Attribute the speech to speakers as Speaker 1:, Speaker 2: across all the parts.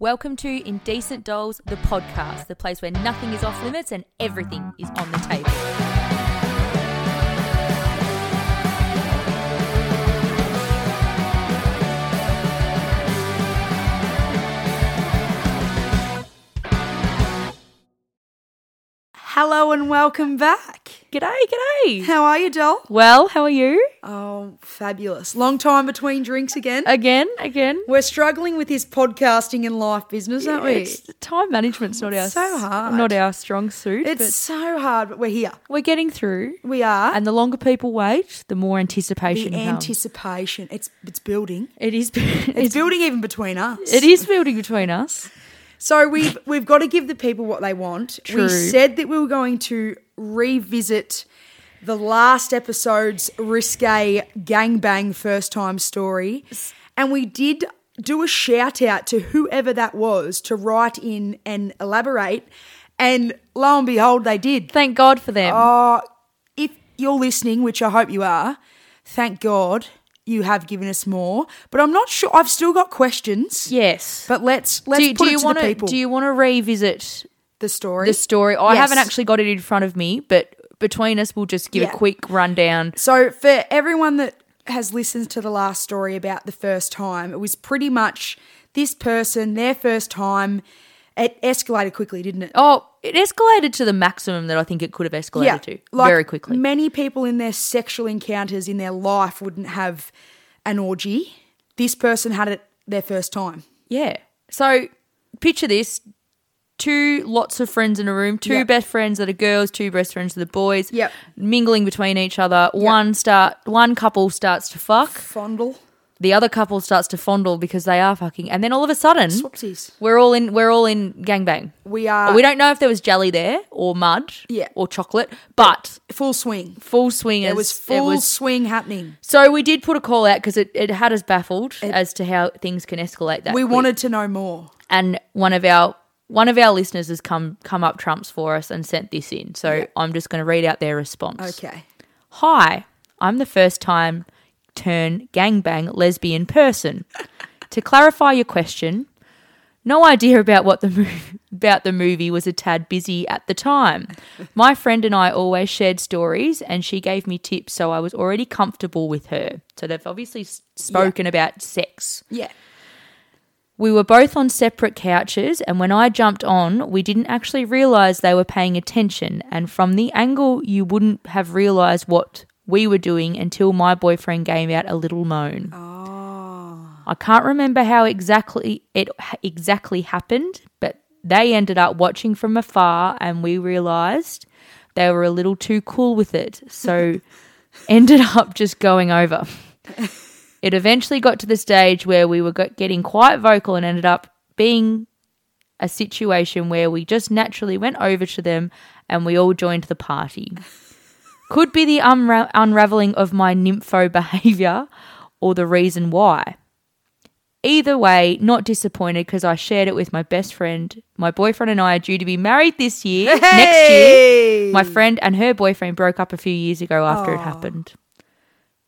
Speaker 1: Welcome to Indecent Dolls, the podcast, the place where nothing is off limits and everything is on the table.
Speaker 2: Hello and welcome back.
Speaker 1: G'day, g'day.
Speaker 2: How are you, doll?
Speaker 1: Well, how are you?
Speaker 2: Oh, fabulous. Long time between drinks again.
Speaker 1: Again, again.
Speaker 2: We're struggling with this podcasting and life business, aren't we?
Speaker 1: It's- time management's not our
Speaker 2: So hard.
Speaker 1: not our strong suit.
Speaker 2: It's
Speaker 1: but
Speaker 2: so hard, but we're here.
Speaker 1: we're getting through,
Speaker 2: We are.
Speaker 1: and the longer people wait, the more anticipation.
Speaker 2: the
Speaker 1: comes.
Speaker 2: anticipation. It's it's building.
Speaker 1: it is.
Speaker 2: It's
Speaker 1: It's,
Speaker 2: building even between us.
Speaker 1: it is building between us.
Speaker 2: So we've we've got to give the people what they want.
Speaker 1: True.
Speaker 2: We said that we were going to revisit the last episode's risque gangbang first time story, and we did do a shout out to whoever that was to write in and elaborate. And lo and behold, they did.
Speaker 1: Thank God for them.
Speaker 2: Uh, if you're listening, which I hope you are, thank God you have given us more. But I'm not sure. I've still got questions.
Speaker 1: yes.
Speaker 2: But let's let's
Speaker 1: do, you- do
Speaker 2: put it
Speaker 1: you
Speaker 2: to
Speaker 1: want
Speaker 2: the
Speaker 1: to
Speaker 2: people.
Speaker 1: do you want to revisit
Speaker 2: the story.
Speaker 1: the story? Oh, I
Speaker 2: Yes.
Speaker 1: haven't actually got it in front of me, but between us, we'll just give
Speaker 2: Yeah.
Speaker 1: a quick rundown.
Speaker 2: So for everyone that has listened to the last story about the first time, it was pretty much this person, their first time. It escalated quickly, didn't it?
Speaker 1: Oh, it escalated to the maximum that I think it could have escalated to very quickly.
Speaker 2: Many people in their sexual encounters in their life wouldn't have an orgy. This person had it their first time.
Speaker 1: yeah. So picture this two lots of friends in a room, two
Speaker 2: Yep.
Speaker 1: best friends that are girls, two best friends that are boys,
Speaker 2: Yep.
Speaker 1: mingling between each other. One start one couple starts to fuck,
Speaker 2: Fondle.
Speaker 1: the other couple starts to fondle because they are fucking and then all of a sudden
Speaker 2: Swapsies.
Speaker 1: we're all in we're all in gangbang.
Speaker 2: We are
Speaker 1: Oh, we don't know if there was jelly there or mud
Speaker 2: Yeah.
Speaker 1: or chocolate, but
Speaker 2: full swing.
Speaker 1: full swing
Speaker 2: It
Speaker 1: as-
Speaker 2: was full swing happening.
Speaker 1: So we did put a call out because it, it had us baffled as to how things can escalate that.
Speaker 2: We
Speaker 1: quick.
Speaker 2: wanted to know more.
Speaker 1: and one of our one of our listeners has come come up trumps for us and sent this in. So I'm just going to read out their response.
Speaker 2: Okay.
Speaker 1: Hi, I'm the first time turn gangbang lesbian person. to clarify your question, no idea about what the movie, about the movie was a tad busy at the time. My friend and I always shared stories, and she gave me tips, so I was already comfortable with her. So they've obviously s- spoken about sex.
Speaker 2: Yeah.
Speaker 1: We were both on separate couches, and when I jumped on, we didn't actually realize they were paying attention. And from the angle, you wouldn't have realized what we were doing until my boyfriend gave out a little moan. I can't remember how exactly it h- exactly happened, but they ended up watching from afar, and we realized they were a little too cool with it. So ended up just going over. It eventually got to the stage where we were go- getting quite vocal and ended up being a situation where we just naturally went over to them and we all joined the party. Could be the unra- unraveling of my nympho behavior or the reason why. Either way, not disappointed because I shared it with my best friend. My boyfriend and I are due to be married this year, next year.
Speaker 2: Hey!
Speaker 1: My friend and her boyfriend broke up a few years ago after it happened.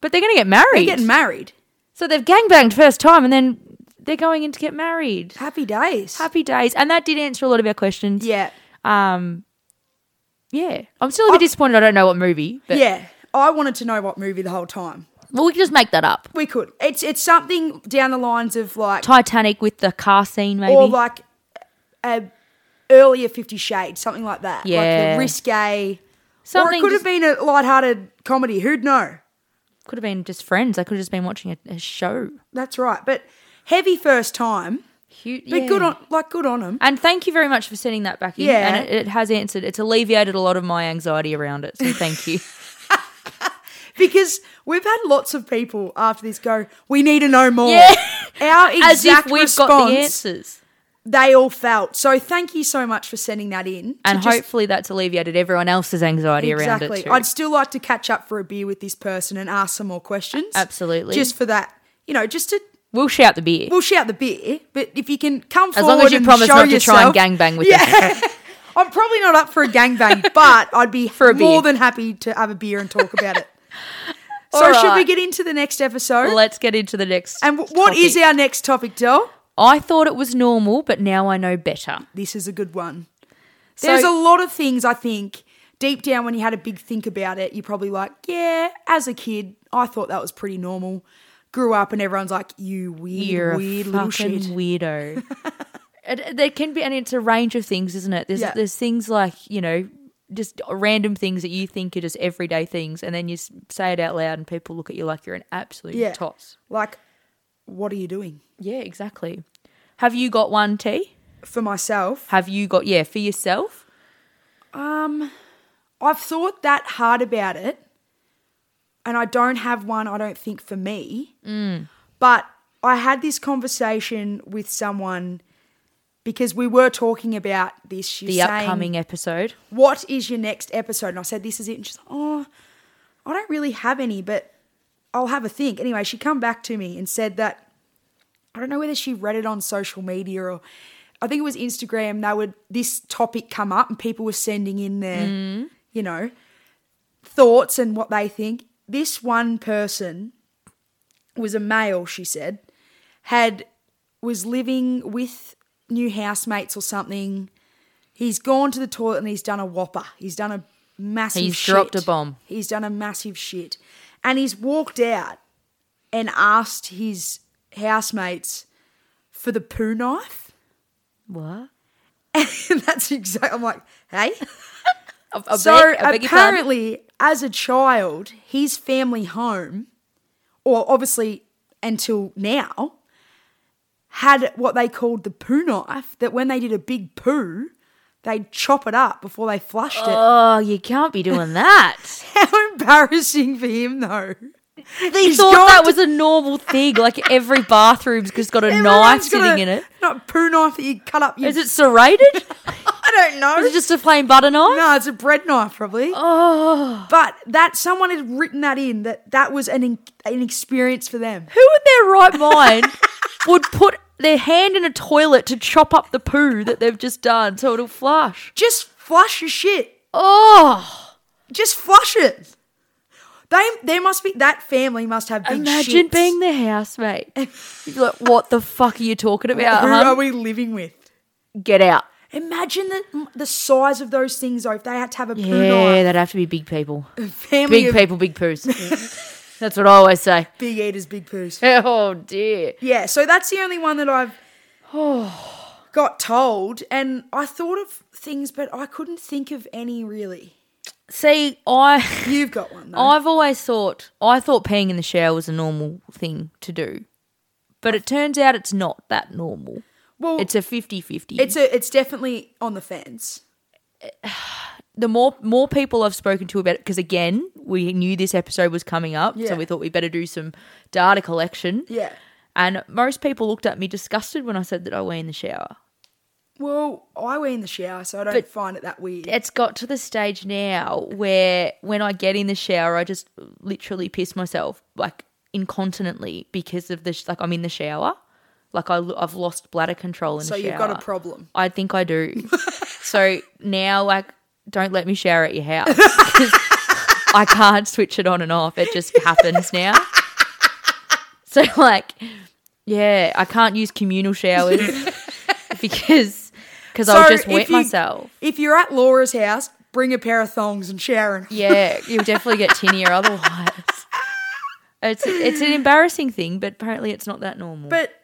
Speaker 1: But they're going to get married.
Speaker 2: They're getting married.
Speaker 1: so they've gangbanged first time and then they're going in to get married.
Speaker 2: Happy days.
Speaker 1: Happy days. And that did answer a lot of our questions.
Speaker 2: yeah.
Speaker 1: Um, yeah. I'm still a bit disappointed I don't know what movie. But,
Speaker 2: Yeah, I wanted to know what movie the whole time.
Speaker 1: Well, we can just make that up.
Speaker 2: We could. It's it's something down the lines of like
Speaker 1: Titanic with the car scene, maybe.
Speaker 2: or like a earlier Fifty Shades, something like that. like
Speaker 1: Yeah.
Speaker 2: the risque. or
Speaker 1: Something
Speaker 2: it could
Speaker 1: just-
Speaker 2: have been a light-hearted comedy. Who'd know?
Speaker 1: could have been just friends. I could have just been watching a, a show.
Speaker 2: That's right. But heavy first time.
Speaker 1: Cute.
Speaker 2: But good on like good on them.
Speaker 1: And thank you very much for sending that back in.
Speaker 2: Yeah.
Speaker 1: And it, it has answered. It's alleviated a lot of my anxiety around it. So thank you.
Speaker 2: Because we've had lots of people after this go, we need to know more.
Speaker 1: Yeah.
Speaker 2: Our
Speaker 1: As
Speaker 2: exact
Speaker 1: if we've
Speaker 2: response,
Speaker 1: got the answers.
Speaker 2: they all felt. So thank you so much for sending that in. to
Speaker 1: And
Speaker 2: just
Speaker 1: hopefully that's alleviated everyone else's anxiety around it. Too.
Speaker 2: I'd still like to catch up for a beer with this person and ask some more questions.
Speaker 1: Absolutely.
Speaker 2: Just for that, you know, just to
Speaker 1: we'll shout the beer.
Speaker 2: we'll shout the beer, but if you can come
Speaker 1: as
Speaker 2: forward
Speaker 1: long as you
Speaker 2: and
Speaker 1: promise
Speaker 2: show
Speaker 1: not to
Speaker 2: yourself,
Speaker 1: try and gangbang with us.
Speaker 2: Yeah. I'm probably not up for a gangbang, but I'd be
Speaker 1: For a beer.
Speaker 2: more than happy to have a beer and talk about it. so
Speaker 1: All
Speaker 2: should we
Speaker 1: right.
Speaker 2: get into the next episode?
Speaker 1: Let's get into the next.
Speaker 2: and w- what is
Speaker 1: topic.
Speaker 2: our next topic, Del?
Speaker 1: I thought it was normal, but now I know better.
Speaker 2: This is a good one.
Speaker 1: So-
Speaker 2: There's a lot of things I think deep down when you had a big think about it, you're probably like, yeah, as a kid, I thought that was pretty normal. Grew up and everyone's like, you weird,
Speaker 1: You're
Speaker 2: weird
Speaker 1: a
Speaker 2: little
Speaker 1: fucking
Speaker 2: shit.
Speaker 1: weirdo. and there can be, and it's a range of things, isn't it? There's
Speaker 2: Yeah.
Speaker 1: there's things like you know, just random things that you think are just everyday things, and then you s- say it out loud, and people look at you like you're an absolute
Speaker 2: yeah.
Speaker 1: toss.
Speaker 2: Like, what are you doing?
Speaker 1: Yeah, exactly. Have you got one T?
Speaker 2: For myself,
Speaker 1: Have you got yeah for yourself?
Speaker 2: Um, I've thought that hard about it, and I don't have one. I don't think for me,
Speaker 1: Mm.
Speaker 2: but I had this conversation with someone because we were talking about this. She's
Speaker 1: The
Speaker 2: saying,
Speaker 1: upcoming episode.
Speaker 2: "What is your next episode?" And I said, "This is it." And she's like, "Oh, I don't really have any, but I'll have a think." Anyway, she come back to me and said that I don't know whether she read it on social media or I think it was Instagram. They would this topic come up and people were sending in their, you know, thoughts and what they think. This one person was a male, she said, had was living with new housemates or something. He's gone to the toilet and he's done a whopper. He's done a massive
Speaker 1: He's dropped
Speaker 2: shit.
Speaker 1: a bomb.
Speaker 2: He's done a massive shit. And he's walked out and asked his housemates for the poo knife.
Speaker 1: What?
Speaker 2: And that's exactly, I'm like, hey.
Speaker 1: I- I
Speaker 2: so
Speaker 1: beg- I beg your pardon?
Speaker 2: apparently, as a child, his family home, or obviously until now, had what they called the poo knife that when they did a big poo, they'd chop it up before they flushed it.
Speaker 1: Oh, you can't be doing that.
Speaker 2: How embarrassing for him, though.
Speaker 1: They
Speaker 2: He's
Speaker 1: thought
Speaker 2: gone
Speaker 1: that
Speaker 2: to-
Speaker 1: was a normal thing. Like every bathroom's just got a knife
Speaker 2: Everyone's
Speaker 1: sitting
Speaker 2: got a-
Speaker 1: in it.
Speaker 2: Not poo knife that you cut up your.
Speaker 1: Is it serrated?
Speaker 2: I don't know.
Speaker 1: Is it just a plain butter knife?
Speaker 2: No, it's a bread knife, probably.
Speaker 1: Oh,
Speaker 2: But that someone had written that in that that was an an experience for them.
Speaker 1: who in their right mind would put their hand in a toilet to chop up the poo that they've just done so it'll flush?
Speaker 2: Just flush your shit.
Speaker 1: Oh,
Speaker 2: Just flush it. They there must be that family must have big
Speaker 1: imagine
Speaker 2: shits.
Speaker 1: being the housemate. You'd be like, what the fuck are you talking about,
Speaker 2: Who
Speaker 1: hun?
Speaker 2: are we living with?
Speaker 1: Get out.
Speaker 2: Imagine the the size of those things though. If they had to have a poo
Speaker 1: Yeah,
Speaker 2: knife,
Speaker 1: that'd have to be big people.
Speaker 2: family
Speaker 1: Big
Speaker 2: of
Speaker 1: people, big poos. That's what I always say.
Speaker 2: big eaters, big poos.
Speaker 1: Oh dear.
Speaker 2: Yeah, so that's the only one that I've got told, and I thought of things, but I couldn't think of any really.
Speaker 1: See, I
Speaker 2: You've got one though.
Speaker 1: I've always thought I thought peeing in the shower was a normal thing to do. But it turns out it's not that normal.
Speaker 2: well,
Speaker 1: It's a 50-50.
Speaker 2: It's a, it's definitely on the fence.
Speaker 1: the more more people I've spoken to about it because again, we knew this episode was coming up,
Speaker 2: Yeah.
Speaker 1: so we thought we better do some data collection.
Speaker 2: Yeah.
Speaker 1: And most people looked at me disgusted when I said that I wee in the shower.
Speaker 2: Well, I wee in the shower, so I don't find it that weird.
Speaker 1: It's got to the stage now where when I get in the shower, I just literally piss myself like incontinently because of this. Like I'm in the shower, like I, have lost bladder control in
Speaker 2: So
Speaker 1: the shower.
Speaker 2: you've got a problem.
Speaker 1: I think I do. so now, like, don't let me shower at your house. 'cause I can't switch it on and off. It just happens now. So, like, yeah, I can't use communal showers because because I'll
Speaker 2: So
Speaker 1: just wet
Speaker 2: if you-
Speaker 1: myself.
Speaker 2: If you're at Laura's house, bring a pair of thongs and Sharon.
Speaker 1: Yeah, you'll definitely get tinnier otherwise. It's it's an embarrassing thing, but apparently it's not that normal.
Speaker 2: But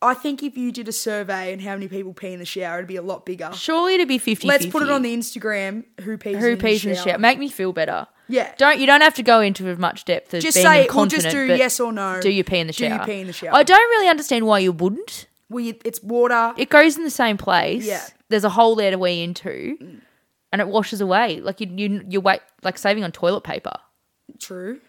Speaker 2: I think if you did a survey and how many people pee in the shower, it'd be a lot bigger.
Speaker 1: surely to be 50
Speaker 2: Let's put it on the Instagram. Who pees?
Speaker 1: who
Speaker 2: in
Speaker 1: pees in the shower. Make me feel better.
Speaker 2: Yeah.
Speaker 1: Don't you don't have to go into as much depth as
Speaker 2: Just
Speaker 1: being
Speaker 2: say, we'll
Speaker 1: incontinent,
Speaker 2: just do
Speaker 1: but
Speaker 2: yes or no.
Speaker 1: Do you pee in the
Speaker 2: Do you
Speaker 1: shower?
Speaker 2: pee in the shower?
Speaker 1: I don't really understand why you wouldn't.
Speaker 2: Well, you, it's water.
Speaker 1: It goes in the same place.
Speaker 2: Yeah. Mm.
Speaker 1: There's a hole there to wee into, and it washes away. Like you, you, you wait, like saving on toilet paper.
Speaker 2: True.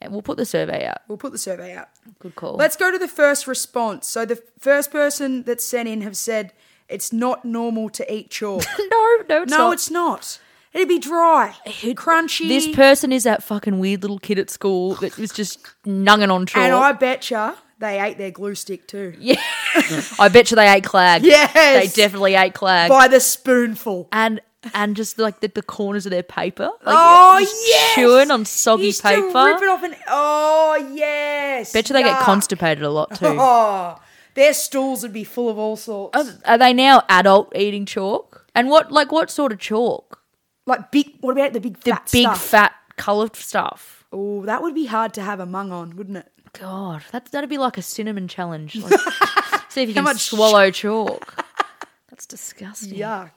Speaker 1: And we'll put the survey out.
Speaker 2: We'll put the survey out.
Speaker 1: Good call.
Speaker 2: Let's go to the first response. So the first person that sent in have said it's not normal to eat chalk.
Speaker 1: no, no, it's
Speaker 2: no,
Speaker 1: not.
Speaker 2: it's not. It'd be dry, crunchy.
Speaker 1: This person is that fucking weird little kid at school that was just nunging on chalk.
Speaker 2: and I
Speaker 1: I,
Speaker 2: betcha they ate their glue stick too.
Speaker 1: bet you they ate clag.
Speaker 2: Yes.
Speaker 1: They definitely ate clag.
Speaker 2: By the spoonful.
Speaker 1: and and just like the, the corners of their paper. Like,
Speaker 2: oh
Speaker 1: just
Speaker 2: yes.
Speaker 1: chewing on soggy
Speaker 2: Used to
Speaker 1: paper.
Speaker 2: rip it off and oh yes.
Speaker 1: Bet you they get
Speaker 2: Yuck.
Speaker 1: constipated a lot too. Oh.
Speaker 2: Oh, Their stools would be full of all sorts.
Speaker 1: Are they now adult eating chalk? And what like what sort of chalk?
Speaker 2: like big, what about the big
Speaker 1: The
Speaker 2: fat
Speaker 1: big
Speaker 2: stuff?
Speaker 1: fat coloured stuff.
Speaker 2: Oh, that would be hard to have a mung on, wouldn't it?
Speaker 1: God, that that'd be like a cinnamon challenge. Like, see if you can
Speaker 2: much
Speaker 1: swallow chalk. That's disgusting.
Speaker 2: Yuck.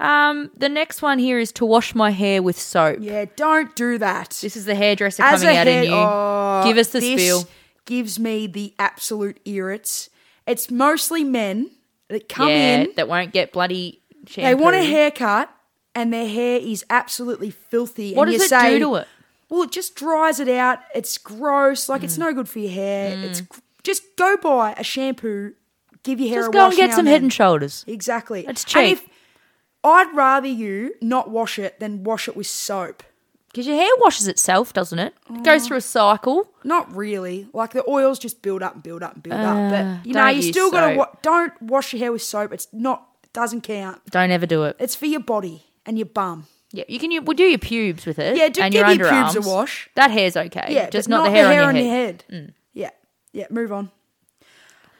Speaker 1: Um, the next one here is to wash my hair with soap.
Speaker 2: Yeah, don't do that.
Speaker 1: This is the hairdresser
Speaker 2: As
Speaker 1: coming
Speaker 2: a
Speaker 1: out
Speaker 2: head,
Speaker 1: in you.
Speaker 2: oh,
Speaker 1: Give us the
Speaker 2: this
Speaker 1: spiel.
Speaker 2: Gives me the absolute irrits. It's mostly men that come
Speaker 1: yeah,
Speaker 2: in.
Speaker 1: that won't get bloody shampoo.
Speaker 2: They want a haircut, and their hair is absolutely filthy.
Speaker 1: What
Speaker 2: and
Speaker 1: does
Speaker 2: you
Speaker 1: it
Speaker 2: say,
Speaker 1: do to it?
Speaker 2: Well, it just dries it out. It's gross. Like
Speaker 1: Hmm.
Speaker 2: it's no good for your hair. It's gr- just go buy a shampoo. Give your hair
Speaker 1: Just
Speaker 2: a
Speaker 1: go
Speaker 2: wash
Speaker 1: and get
Speaker 2: now
Speaker 1: some
Speaker 2: then.
Speaker 1: head and shoulders.
Speaker 2: Exactly.
Speaker 1: It's
Speaker 2: And
Speaker 1: cheap.
Speaker 2: if- I'd rather you not wash it than wash it with soap.
Speaker 1: Because your hair washes itself, doesn't it? It
Speaker 2: Oh.
Speaker 1: goes through a cycle.
Speaker 2: Not really. Like the oils just build up and build up and build up. But you know,
Speaker 1: Ah, don't
Speaker 2: you
Speaker 1: use
Speaker 2: still gotta
Speaker 1: soap.
Speaker 2: wa- don't wash your hair with soap. It's not it doesn't count.
Speaker 1: Don't ever do it.
Speaker 2: It's for your body and your bum.
Speaker 1: Yeah, you can. You, we'll do your pubes with it.
Speaker 2: Yeah, do-
Speaker 1: and
Speaker 2: give
Speaker 1: your
Speaker 2: your pubes a
Speaker 1: underarms.
Speaker 2: wash.
Speaker 1: That hair's okay.
Speaker 2: Yeah,
Speaker 1: just
Speaker 2: but
Speaker 1: not, the hair, on your head. Mm.
Speaker 2: head. Yeah, yeah. Move on.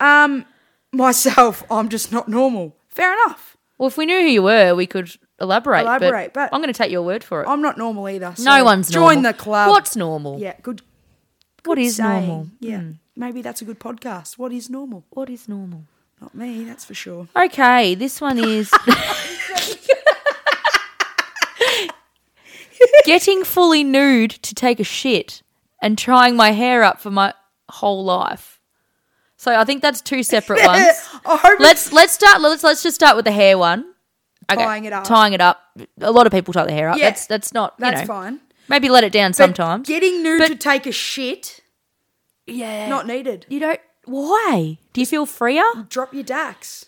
Speaker 2: Um, myself, I'm just not normal. Fair enough.
Speaker 1: Well, if we knew who you were, we could elaborate. but
Speaker 2: Elaborate, but-
Speaker 1: I'm going to take your word for it.
Speaker 2: I'm not normal either. So
Speaker 1: no one's
Speaker 2: join
Speaker 1: normal.
Speaker 2: the club.
Speaker 1: What's normal?
Speaker 2: yeah? Good.
Speaker 1: what is
Speaker 2: saying.
Speaker 1: normal? Mm.
Speaker 2: Yeah. Maybe that's a good podcast. What is normal?
Speaker 1: What is normal?
Speaker 2: Not me, that's for sure.
Speaker 1: Okay, this one is getting fully nude to take a shit and trying my hair up for my whole life. So I think that's two separate
Speaker 2: I
Speaker 1: ones.
Speaker 2: hope
Speaker 1: Let's let's start. Let's let's just start with the hair one.
Speaker 2: Tying it up.
Speaker 1: Tying it up. A lot of people tie their hair up.
Speaker 2: Yeah.
Speaker 1: That's that's not. you
Speaker 2: that's
Speaker 1: know,
Speaker 2: fine.
Speaker 1: Maybe let it down
Speaker 2: But
Speaker 1: sometimes.
Speaker 2: getting nude
Speaker 1: But-
Speaker 2: to take a shit,
Speaker 1: yeah.
Speaker 2: not needed.
Speaker 1: you don't. Why? Do you feel freer?
Speaker 2: Drop your dax.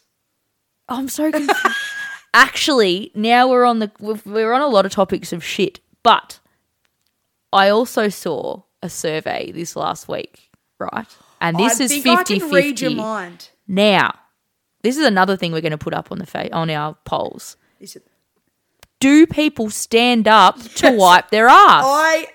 Speaker 2: Oh,
Speaker 1: I'm so confused. Actually, now we're on the we've- we're on a lot of topics of shit, but I also saw a survey this last week, right? And this
Speaker 2: I
Speaker 1: is
Speaker 2: think
Speaker 1: 50
Speaker 2: I can read your
Speaker 1: 50.
Speaker 2: mind.
Speaker 1: Now, this is another thing we're going to put up on the fa- on our polls.
Speaker 2: Is it-
Speaker 1: Do people stand up to wipe their ass?
Speaker 2: I,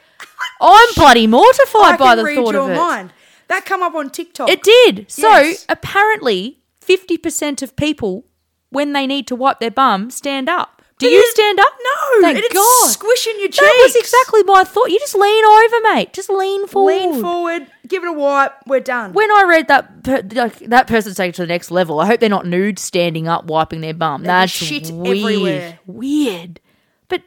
Speaker 1: I'm bloody mortified
Speaker 2: I
Speaker 1: by
Speaker 2: can
Speaker 1: the
Speaker 2: read
Speaker 1: thought
Speaker 2: your
Speaker 1: of it.
Speaker 2: mind. That come up on TikTok.
Speaker 1: It did. So
Speaker 2: Yes.
Speaker 1: apparently, fifty percent of people, when they need to wipe their bum, stand up. Do you stand up?
Speaker 2: No,
Speaker 1: Thank
Speaker 2: and it's
Speaker 1: God.
Speaker 2: squishing your cheeks.
Speaker 1: that was exactly my thought. You just lean over, mate. Just lean forward.
Speaker 2: Lean forward, give it a wipe. We're done.
Speaker 1: When I read that, per- like, that person's taken to the next level. I hope they're not nude, standing up, wiping their bum. That's
Speaker 2: shit
Speaker 1: weird.
Speaker 2: everywhere.
Speaker 1: Weird. But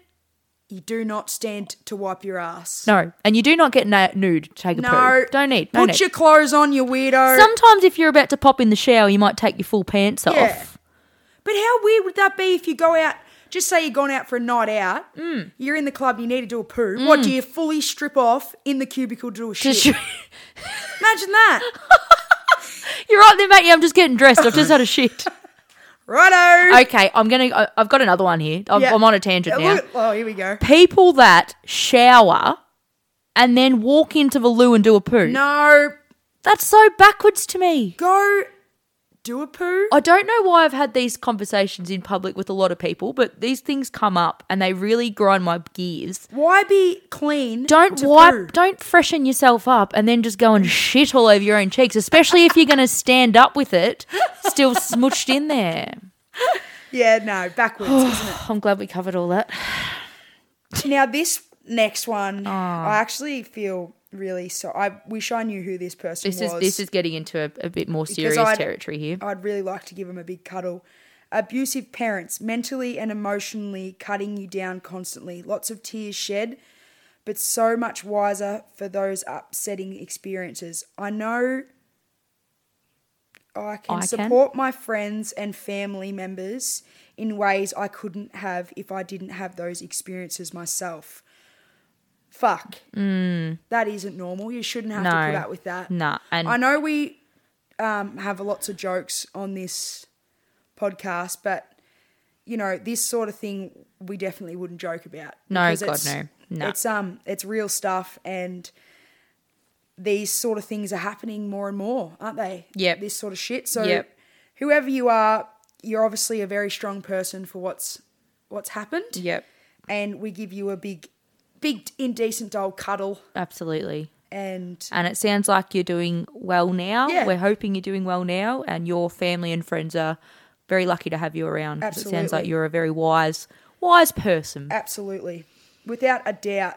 Speaker 2: you do not stand to wipe your ass.
Speaker 1: no, and you do not get na- nude. to Take a poo. Don't need. No
Speaker 2: Put
Speaker 1: need.
Speaker 2: your clothes on, you weirdo.
Speaker 1: Sometimes if you're about to pop in the shower, you might take your full pants
Speaker 2: Yeah.
Speaker 1: off.
Speaker 2: But how weird would that be if you go out? Just say you've gone out for a night out.
Speaker 1: Mm.
Speaker 2: You're in the club. You need to do a poo. What do you fully strip off in the cubicle to do a shit?
Speaker 1: Just- You're
Speaker 2: Imagine that.
Speaker 1: right there, mate. Yeah, I'm just getting dressed. I've just had a shit.
Speaker 2: Righto.
Speaker 1: Okay, I'm gonna. I- I've got another one here. I'm,
Speaker 2: Yeah.
Speaker 1: I'm on a tangent
Speaker 2: Yeah,
Speaker 1: now.
Speaker 2: look- oh, here we go.
Speaker 1: People that shower and then walk into the loo and do a poo.
Speaker 2: No,
Speaker 1: That's so backwards to me.
Speaker 2: go do a poo.
Speaker 1: I don't know why I've had these conversations in public with a lot of people, but these things come up and they really grind my gears.
Speaker 2: Why be clean?
Speaker 1: Don't
Speaker 2: to
Speaker 1: wipe,
Speaker 2: poo?
Speaker 1: don't freshen yourself up and then just go and shit all over your own cheeks, especially if you're going to stand up with it still smooched in there.
Speaker 2: Yeah, no, backwards, isn't it?
Speaker 1: I'm glad we covered all that.
Speaker 2: Now this next
Speaker 1: Oh.
Speaker 2: one, I actually feel really so. I wish I knew who this person
Speaker 1: This
Speaker 2: was.
Speaker 1: is this is getting into a, a bit more serious
Speaker 2: I'd-
Speaker 1: territory here.
Speaker 2: I'd really like to give him a big cuddle. Abusive parents, mentally and emotionally cutting you down constantly. Lots of tears shed, but so much wiser for those upsetting experiences. I know I can
Speaker 1: I can.
Speaker 2: support my friends and family members in ways I couldn't have if I didn't have those experiences myself. Fuck. That isn't normal. You shouldn't have to
Speaker 1: Mm. No.
Speaker 2: put up with that.
Speaker 1: Nah, and-
Speaker 2: I know we um, have lots of jokes on this podcast, but you know this sort of thing we definitely wouldn't joke about.
Speaker 1: No,
Speaker 2: because
Speaker 1: God,
Speaker 2: it's-
Speaker 1: no. No.
Speaker 2: It's um, it's real stuff, and these sort of things are happening more and more, aren't they?
Speaker 1: Yep.
Speaker 2: This sort of shit. So,
Speaker 1: Yep.
Speaker 2: whoever you are, you're obviously a very strong person for what's what's happened.
Speaker 1: Yep.
Speaker 2: And we give you a big, big indecent old cuddle
Speaker 1: Absolutely.
Speaker 2: And
Speaker 1: And it sounds like you're doing well now.
Speaker 2: Yeah.
Speaker 1: We're hoping you're doing well now, and your family and friends are very lucky to have you around. 'cause It sounds like
Speaker 2: Absolutely.
Speaker 1: you're a very wise, wise person.
Speaker 2: absolutely, without a doubt,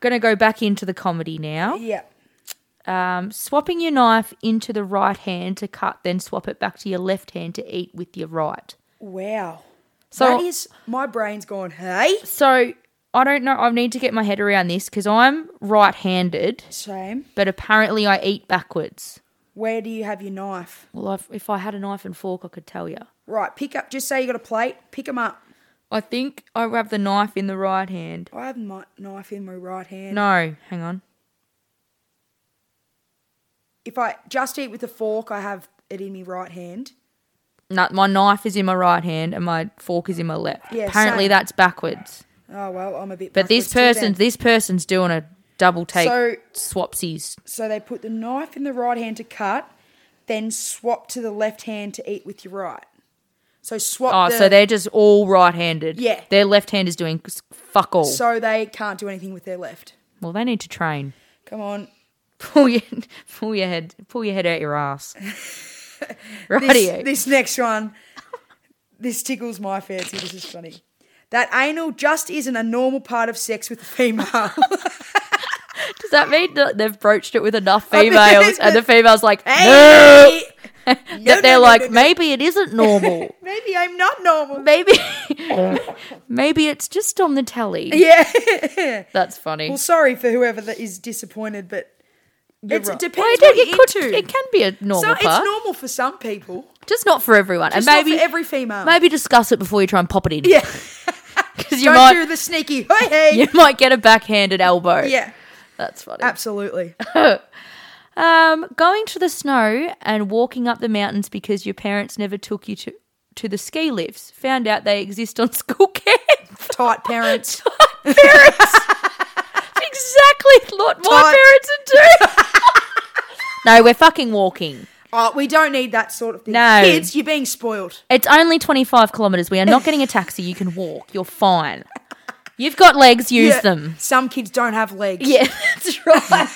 Speaker 1: Going to go back into the comedy now.
Speaker 2: yeah,
Speaker 1: Um, swapping your knife into the right hand to cut, then swap it back to your left hand to eat with your right.
Speaker 2: wow.
Speaker 1: So-
Speaker 2: that is my brain's gone. Hey,
Speaker 1: So I don't know. I need to get my head around this because I'm right-handed,
Speaker 2: same.
Speaker 1: but apparently I eat backwards.
Speaker 2: Where do you have your knife?
Speaker 1: Well, I've, if I had a knife and fork, I could tell you.
Speaker 2: Right, pick up. Just say you got a plate. Pick them up.
Speaker 1: I think I have the knife in the right hand.
Speaker 2: I have my knife in my right hand.
Speaker 1: No, hang on.
Speaker 2: If I just eat with a fork, I have it in my right hand.
Speaker 1: No, my knife is in my right hand and my fork is in my left.
Speaker 2: Yeah,
Speaker 1: apparently
Speaker 2: same.
Speaker 1: that's backwards.
Speaker 2: Oh well, I'm a bit.
Speaker 1: But this
Speaker 2: backwards too then.
Speaker 1: person, this person's doing a double take
Speaker 2: So-
Speaker 1: swapsies.
Speaker 2: So they put the knife in the right hand to cut, then swap to the left hand to eat with your right. So
Speaker 1: Oh,
Speaker 2: swap. the,
Speaker 1: so they're just all right-handed.
Speaker 2: Yeah.
Speaker 1: their left hand is doing s- fuck all.
Speaker 2: so they can't do anything with their left.
Speaker 1: well, they need to train.
Speaker 2: Come on.
Speaker 1: pull your pull your head pull your head out your ass.
Speaker 2: This,
Speaker 1: Rightio.
Speaker 2: this next one, this tickles my fancy. This is funny. That anal just isn't a normal part of sex with a female.
Speaker 1: Does that mean that they've broached it with enough
Speaker 2: I mean,
Speaker 1: females, and the
Speaker 2: but-
Speaker 1: females like no,
Speaker 2: hey,
Speaker 1: that they're
Speaker 2: no, no,
Speaker 1: like
Speaker 2: no, no.
Speaker 1: maybe it isn't normal.
Speaker 2: maybe I'm not normal.
Speaker 1: maybe maybe it's just on the telly.
Speaker 2: Yeah.
Speaker 1: That's funny.
Speaker 2: well, sorry for whoever that is disappointed, but it's,
Speaker 1: Right.
Speaker 2: it depends
Speaker 1: Well, I
Speaker 2: what
Speaker 1: don't- it,
Speaker 2: you're
Speaker 1: could-
Speaker 2: into.
Speaker 1: it can be a normal
Speaker 2: so it's
Speaker 1: part,
Speaker 2: normal for some people.
Speaker 1: just not for everyone.
Speaker 2: Just
Speaker 1: and maybe
Speaker 2: not for every female.
Speaker 1: maybe discuss it before you try and pop it in.
Speaker 2: Yeah.
Speaker 1: 'Cause you
Speaker 2: Don't
Speaker 1: might
Speaker 2: do the sneaky. Hey, hey.
Speaker 1: you might get a backhanded elbow.
Speaker 2: Yeah,
Speaker 1: that's funny.
Speaker 2: absolutely.
Speaker 1: Um, going to the snow and walking up the mountains because your parents never took you to to the ski lifts. Found out they exist on school camp.
Speaker 2: Tight parents.
Speaker 1: exactly what my
Speaker 2: Tight.
Speaker 1: parents would do. no, we're fucking walking.
Speaker 2: Oh, we don't need that sort of thing.
Speaker 1: No.
Speaker 2: Kids, you're being spoiled.
Speaker 1: It's only twenty five kilometers. We are not getting a taxi. You can walk. You're fine. You've got legs. Use
Speaker 2: Yeah,
Speaker 1: them.
Speaker 2: Some kids don't have legs.
Speaker 1: Yeah, that's right.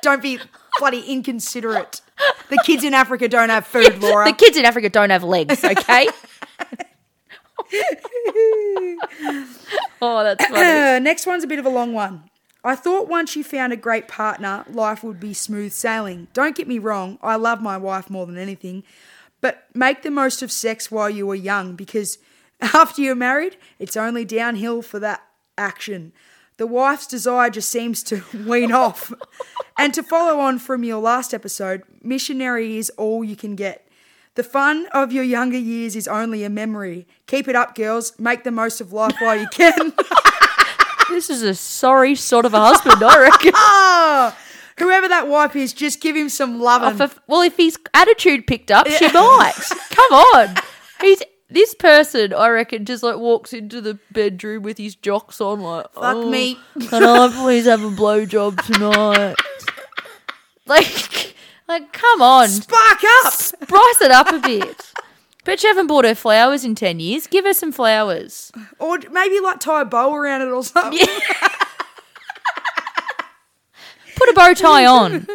Speaker 2: Don't be bloody inconsiderate. The kids in Africa don't have food, Laura.
Speaker 1: the kids in Africa don't have legs. Okay. oh, that's funny.
Speaker 2: Uh, next one's a bit of a long one. I thought once you found a great partner, life would be smooth sailing. Don't get me wrong, I love my wife more than anything, but make the most of sex while you are young because after you're married, it's only downhill for that action. The wife's desire just seems to wean off. And to follow on from your last episode, missionary is all you can get. The fun of your younger years is only a memory. Keep it up, girls. Make the most of life while you can.
Speaker 1: This is a sorry sort of a husband, I reckon.
Speaker 2: Oh, whoever that wife is, just give him some loving.
Speaker 1: If- if- well, if his attitude picked up, she might. Come on, he's this person. I reckon just like walks into the bedroom with his jocks on, like
Speaker 2: Fuck
Speaker 1: "Oh,
Speaker 2: me.
Speaker 1: Can I please have a blowjob tonight? like, like, come on,
Speaker 2: Spark up.
Speaker 1: spice it up a bit. Bet you haven't bought her flowers in ten years. Give her some flowers.
Speaker 2: Or maybe like tie a bow around it or something.
Speaker 1: Put a bow tie on.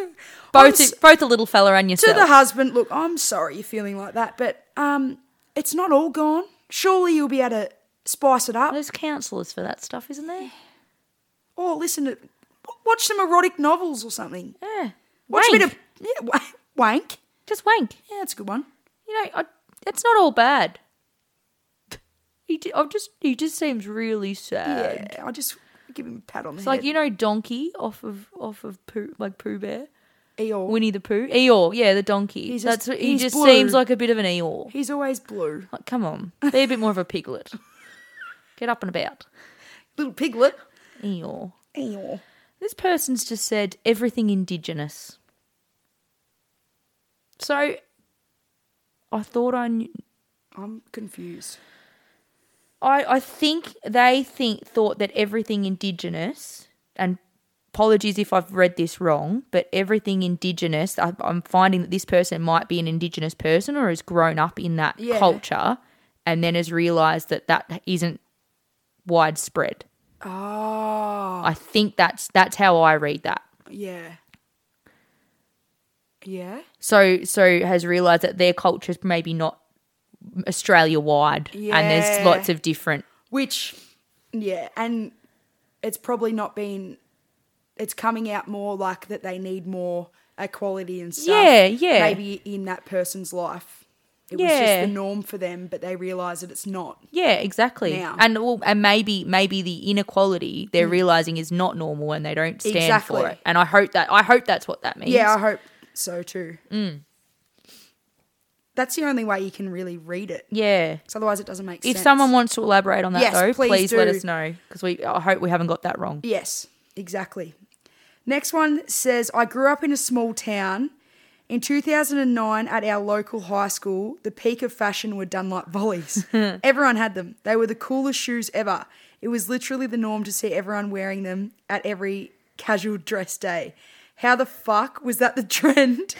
Speaker 1: Both,
Speaker 2: s-
Speaker 1: both the little fella and
Speaker 2: To
Speaker 1: yourself.
Speaker 2: the husband, look, I'm sorry you're feeling like that, but um, it's not all gone. Surely you'll be able to spice it up.
Speaker 1: There's counsellors for that stuff, isn't there?
Speaker 2: Or listen to, watch some erotic novels or something.
Speaker 1: Yeah.
Speaker 2: Watch
Speaker 1: Wank.
Speaker 2: a bit of yeah, wa- wank.
Speaker 1: Just wank.
Speaker 2: Yeah, that's a good one.
Speaker 1: You know, I, it's not all bad. He, ju- I'm just, he just seems really sad.
Speaker 2: Yeah, I just give him a pat on
Speaker 1: Uh,
Speaker 2: the
Speaker 1: It's
Speaker 2: head.
Speaker 1: like you know, Donkey off of off of Pooh, like Pooh Bear,
Speaker 2: Eeyore.
Speaker 1: Winnie the Pooh, Eeyore. Yeah, the donkey.
Speaker 2: He's
Speaker 1: That's
Speaker 2: just-
Speaker 1: what, he
Speaker 2: he's
Speaker 1: just
Speaker 2: blue.
Speaker 1: seems like a bit of an Eeyore.
Speaker 2: He's always blue.
Speaker 1: Like, come on, be a bit more of a piglet. Get up and about,
Speaker 2: Little piglet.
Speaker 1: Eeyore.
Speaker 2: Eeyore.
Speaker 1: This person's just said everything indigenous. So, I thought I knew.
Speaker 2: I'm confused.
Speaker 1: I, I think they think thought that everything indigenous and apologies if I've read this wrong, but everything indigenous I, I'm finding that this person might be an indigenous person or has grown up in that
Speaker 2: Yeah.
Speaker 1: culture and then has realized that that isn't widespread.
Speaker 2: Oh,
Speaker 1: I think that's that's how I read that.
Speaker 2: yeah. Yeah.
Speaker 1: So so has realised that their culture's maybe not Australia wide, and
Speaker 2: Yeah.
Speaker 1: there's lots of different.
Speaker 2: Which, yeah, and it's probably not been. It's coming out more like that they need more equality and stuff.
Speaker 1: Yeah, yeah.
Speaker 2: Maybe in that person's life, it was just
Speaker 1: Yeah.
Speaker 2: the norm for them, but they realise that it's not.
Speaker 1: Yeah, exactly.
Speaker 2: Now. Mm.
Speaker 1: And well, and maybe maybe the inequality they're realising is not normal, and they don't stand
Speaker 2: Exactly.
Speaker 1: for it. And I hope that I hope that's what that means.
Speaker 2: Yeah, I hope so too.
Speaker 1: Mm.
Speaker 2: That's the only way you can really read it.
Speaker 1: yeah.
Speaker 2: 'cause otherwise, it doesn't make
Speaker 1: If
Speaker 2: sense.
Speaker 1: someone wants to elaborate on that,
Speaker 2: Yes,
Speaker 1: though,
Speaker 2: please
Speaker 1: please, let
Speaker 2: do.
Speaker 1: us know because we I hope we haven't got that wrong.
Speaker 2: Yes, exactly. Next one says I grew up in a small town. In 2009, at our local high school, the peak of fashion were Dunlop volleys. everyone had them. They were the coolest shoes ever. It was literally the norm to see everyone wearing them at every casual dress day. How the fuck was that the trend?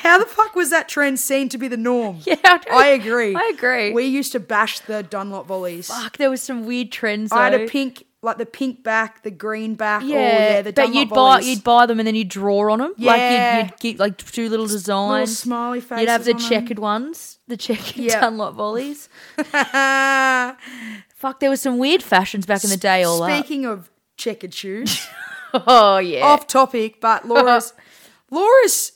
Speaker 2: How the fuck was that trend seen to be the norm?
Speaker 1: Yeah, I don't-
Speaker 2: I agree.
Speaker 1: I agree.
Speaker 2: We used to bash the Dunlop volleys.
Speaker 1: Fuck, there was some weird trends.
Speaker 2: I had a
Speaker 1: though.
Speaker 2: pink, like the pink back, the green back.
Speaker 1: Yeah,
Speaker 2: Yeah, yeah the
Speaker 1: but you'd buy you'd buy them and then you'd draw on them.
Speaker 2: Yeah.
Speaker 1: Like you'd, you'd get like do little designs,
Speaker 2: smiley
Speaker 1: You'd have
Speaker 2: faces
Speaker 1: the
Speaker 2: on 'em.
Speaker 1: checkered ones, the checkered
Speaker 2: Yeah.
Speaker 1: Dunlop volleys.
Speaker 2: buy.
Speaker 1: Fuck, there was some weird fashions back in the day. All
Speaker 2: Speaking of checkered shoes,
Speaker 1: up. Oh yeah.
Speaker 2: off topic, but Laura's Laura's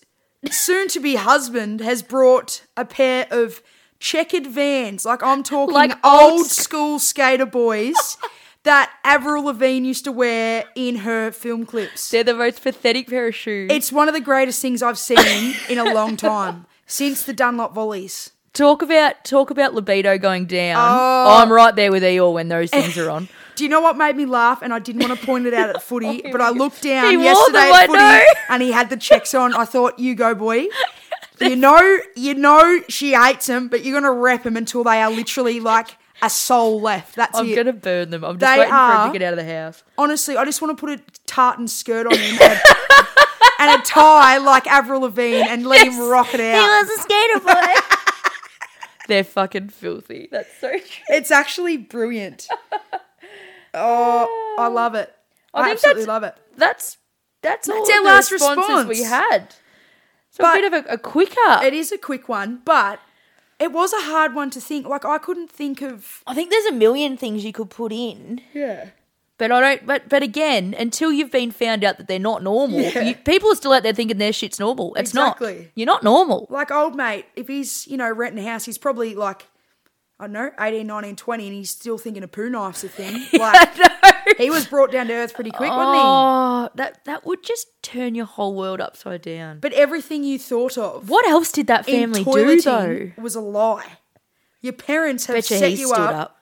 Speaker 2: soon-to-be husband has brought a pair of checkered vans. Like I'm talking,
Speaker 1: Like old
Speaker 2: old,
Speaker 1: sc-
Speaker 2: school skater boys. That Avril Lavigne used to wear in her film clips.
Speaker 1: They're the most pathetic pair of shoes.
Speaker 2: It's one of the greatest things I've seen in a long time since the Dunlop volleys.
Speaker 1: talk about talk about libido going down.
Speaker 2: Oh.
Speaker 1: I'm right there with Eeyore when those things are on.
Speaker 2: Do you know what made me laugh? And I didn't want to point it out at footy, but I looked down
Speaker 1: He wore
Speaker 2: yesterday
Speaker 1: them, I
Speaker 2: at footy
Speaker 1: know.
Speaker 2: and he had the checks on. I thought, you go, boy. You know, you know she hates him, but you're gonna rep him until they are literally like a soul left. That's
Speaker 1: I'm
Speaker 2: it.
Speaker 1: gonna burn them. I'm just
Speaker 2: They
Speaker 1: waiting for him
Speaker 2: are-
Speaker 1: to get out of the house.
Speaker 2: Honestly, I just want to put a tartan skirt on him and, and a tie like Avril Lavigne and let him rock it out.
Speaker 1: a skater boy. They're fucking filthy. That's so true.
Speaker 2: It's actually brilliant. oh, I love it. I,
Speaker 1: think
Speaker 2: absolutely
Speaker 1: that's-
Speaker 2: love it.
Speaker 1: That's that's all
Speaker 2: That's our
Speaker 1: of the
Speaker 2: last
Speaker 1: responses we
Speaker 2: response.
Speaker 1: had. So a
Speaker 2: But-
Speaker 1: bit of a, a quicker.
Speaker 2: It is a quick one, but it was a hard one to think. Like I couldn't think of.
Speaker 1: I think there's a million things you could put in,
Speaker 2: Yeah.
Speaker 1: but I don't. But but again, until you've been found out that they're not normal,
Speaker 2: Yeah.
Speaker 1: you, people are still out there thinking their shit's normal. It's not.
Speaker 2: Exactly.
Speaker 1: You're not normal.
Speaker 2: Like old mate, if he's you know renting a house, he's probably like I don't know 18, 19, 20, and he's still thinking a poo knife's a thing. Like he was brought down to earth pretty quick, wasn't he?
Speaker 1: Oh, that that would just turn your whole world upside down.
Speaker 2: But everything you thought of
Speaker 1: What else did that
Speaker 2: in
Speaker 1: family do though?
Speaker 2: toileting was a lie. Your parents have
Speaker 1: Betcha
Speaker 2: set
Speaker 1: he
Speaker 2: you
Speaker 1: stood
Speaker 2: up.
Speaker 1: up.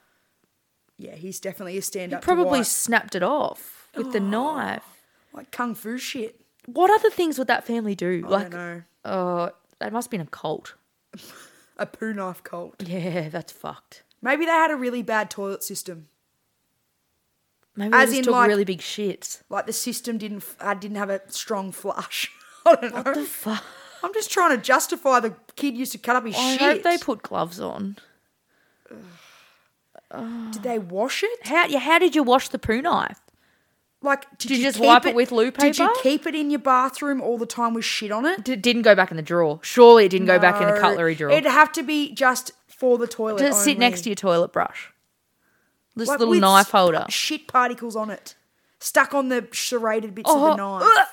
Speaker 2: Yeah, he's definitely a stand-up. to Oh.
Speaker 1: Probably
Speaker 2: wife.
Speaker 1: snapped it off with the knife.
Speaker 2: like kung fu shit.
Speaker 1: What other things would that family do?
Speaker 2: I
Speaker 1: like,
Speaker 2: don't know.
Speaker 1: oh, that must have been a cult.
Speaker 2: A poo knife cult.
Speaker 1: Yeah, that's fucked.
Speaker 2: Maybe they had a really bad toilet system.
Speaker 1: Maybe
Speaker 2: As
Speaker 1: they just
Speaker 2: in,
Speaker 1: took
Speaker 2: like-
Speaker 1: really big shits.
Speaker 2: like the system didn't f- I didn't have a strong flush. I don't know.
Speaker 1: Fuck.
Speaker 2: I'm just trying to justify the kid used to cut up his
Speaker 1: I
Speaker 2: shit.
Speaker 1: hope they put gloves on.
Speaker 2: did they wash it?
Speaker 1: How yeah, how did you wash the poo knife?
Speaker 2: Like did,
Speaker 1: you just wipe
Speaker 2: keep
Speaker 1: it with loo
Speaker 2: Did you
Speaker 1: paper?
Speaker 2: keep it in your bathroom all the time with shit on it?
Speaker 1: D- didn't go back in the drawer. Surely it didn't go back in the
Speaker 2: No.
Speaker 1: cutlery drawer.
Speaker 2: It'd have to be just for the toilet.
Speaker 1: Just sit next to
Speaker 2: you.
Speaker 1: your toilet brush. This little knife holder.
Speaker 2: Shit particles on it. Stuck on the serrated bits of the knife.
Speaker 1: ugh. Oh.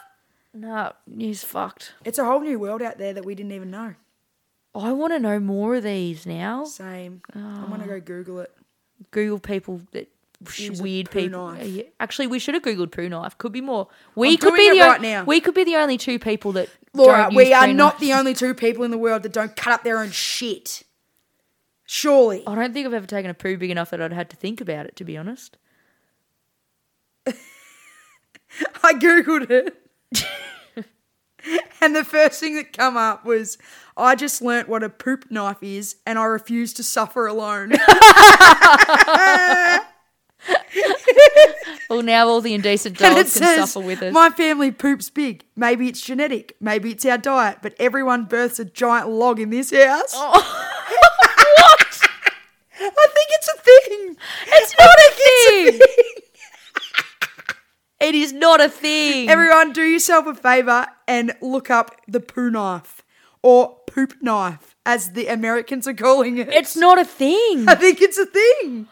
Speaker 1: No, he's fucked.
Speaker 2: It's a whole new world out there that we didn't even know.
Speaker 1: I want to know more of these now.
Speaker 2: Same. I'm
Speaker 1: Oh.
Speaker 2: gonna go Google it.
Speaker 1: Google people that sh-
Speaker 2: Use a
Speaker 1: weird
Speaker 2: poo
Speaker 1: people.
Speaker 2: knife.
Speaker 1: Yeah. Actually, we should have googled poo knife. Could be more. We
Speaker 2: I'm
Speaker 1: could
Speaker 2: doing
Speaker 1: be
Speaker 2: it
Speaker 1: the o-
Speaker 2: right now.
Speaker 1: we could be the only two people that
Speaker 2: Laura,
Speaker 1: don't
Speaker 2: we
Speaker 1: use
Speaker 2: are
Speaker 1: poo
Speaker 2: not
Speaker 1: knife.
Speaker 2: the only two people in the world that don't cut up their own shit. Surely.
Speaker 1: I don't think I've ever taken a poo big enough that I'd had to think about it. To be honest.
Speaker 2: I googled it. and the first thing that come up was I just learnt what a poop knife is and I refuse to suffer alone.
Speaker 1: Well, now all the indecent
Speaker 2: and it
Speaker 1: dogs can
Speaker 2: says
Speaker 1: suffer with us.
Speaker 2: my family poops big. Maybe it's genetic, maybe it's our diet, but everyone births a giant log in this house.
Speaker 1: Oh.
Speaker 2: I think it's a thing.
Speaker 1: it's not a thing.
Speaker 2: Everyone, do yourself a favor and look up the poo knife or poop knife, as the Americans are calling it.
Speaker 1: It's not a thing.
Speaker 2: I think it's a thing.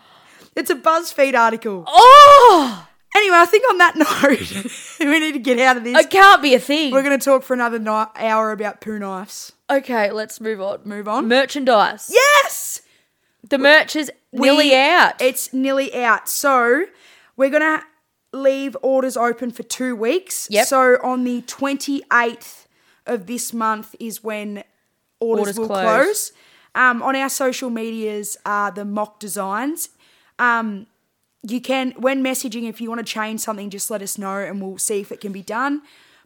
Speaker 2: It's a BuzzFeed article.
Speaker 1: Oh,
Speaker 2: Anyway, I think on that note, we need to get out of this.
Speaker 1: it can't be a thing.
Speaker 2: We're going to talk for another ni- hour about poo knives.
Speaker 1: okay, let's move on.
Speaker 2: Move on.
Speaker 1: Merchandise.
Speaker 2: yes!
Speaker 1: The merch is nearly
Speaker 2: We-
Speaker 1: out.
Speaker 2: It's nearly out. So we're gonna leave orders open for two weeks.
Speaker 1: Yep.
Speaker 2: So on the twenty eighth of this month is when
Speaker 1: Orders
Speaker 2: orders, will
Speaker 1: close.
Speaker 2: close. Um, on our social medias are the mock designs. Um, you can when messaging if you want to change something, just let us know and we'll see if it can be done.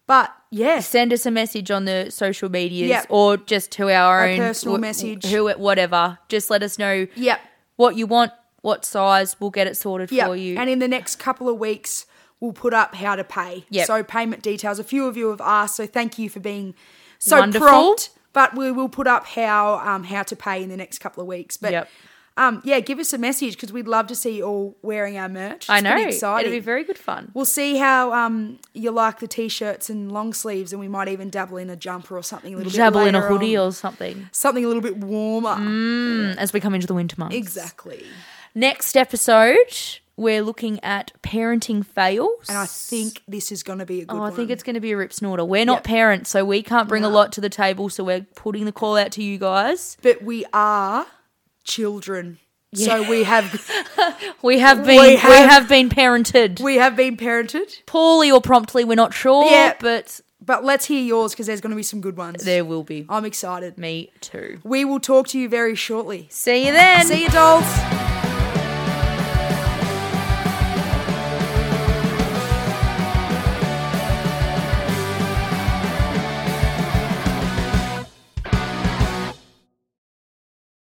Speaker 2: But yes,
Speaker 1: Send us a message on the social medias
Speaker 2: Yep.
Speaker 1: or just to our, own
Speaker 2: personal message.
Speaker 1: Who, whatever. Just let us know
Speaker 2: Yep.
Speaker 1: what you want, what size. We'll get it sorted
Speaker 2: Yeah.
Speaker 1: for you.
Speaker 2: And in the next couple of weeks, we'll put up how to pay.
Speaker 1: Yep.
Speaker 2: So payment details. A few of you have asked, so thank you for being so
Speaker 1: Wonderful.
Speaker 2: prompt. But we will put up how um, how to pay in the next couple of weeks. But
Speaker 1: Yep.
Speaker 2: um, yeah, give us a message because we'd love to see you all wearing our merch. It's
Speaker 1: I know.
Speaker 2: pretty
Speaker 1: It'll
Speaker 2: exciting.
Speaker 1: be very good fun.
Speaker 2: we'll see how um, you like the t-shirts and long sleeves, and we might even dabble in a jumper or something a little
Speaker 1: Dabble
Speaker 2: bit
Speaker 1: in a
Speaker 2: later
Speaker 1: hoodie
Speaker 2: on.
Speaker 1: or something
Speaker 2: something a little bit warmer.
Speaker 1: mm, as we come into the winter months.
Speaker 2: Exactly.
Speaker 1: Next episode, we're looking at parenting fails.
Speaker 2: And I think this is going to be a good
Speaker 1: Oh, I
Speaker 2: one.
Speaker 1: think it's going to be a rip snorter. We're not
Speaker 2: Yep.
Speaker 1: parents, so we can't bring a
Speaker 2: No.
Speaker 1: lot to the table. So we're putting the call out to you guys.
Speaker 2: but we are children. So we have
Speaker 1: We have been we
Speaker 2: We
Speaker 1: have,
Speaker 2: have-
Speaker 1: been parented
Speaker 2: we have been parented,
Speaker 1: poorly or promptly. We're not sure,
Speaker 2: Yeah.
Speaker 1: but
Speaker 2: but let's hear yours because there's going to be some good ones.
Speaker 1: there will be.
Speaker 2: I'm excited.
Speaker 1: Me too.
Speaker 2: We will talk to you very shortly.
Speaker 1: See you then.
Speaker 2: See you, dolls.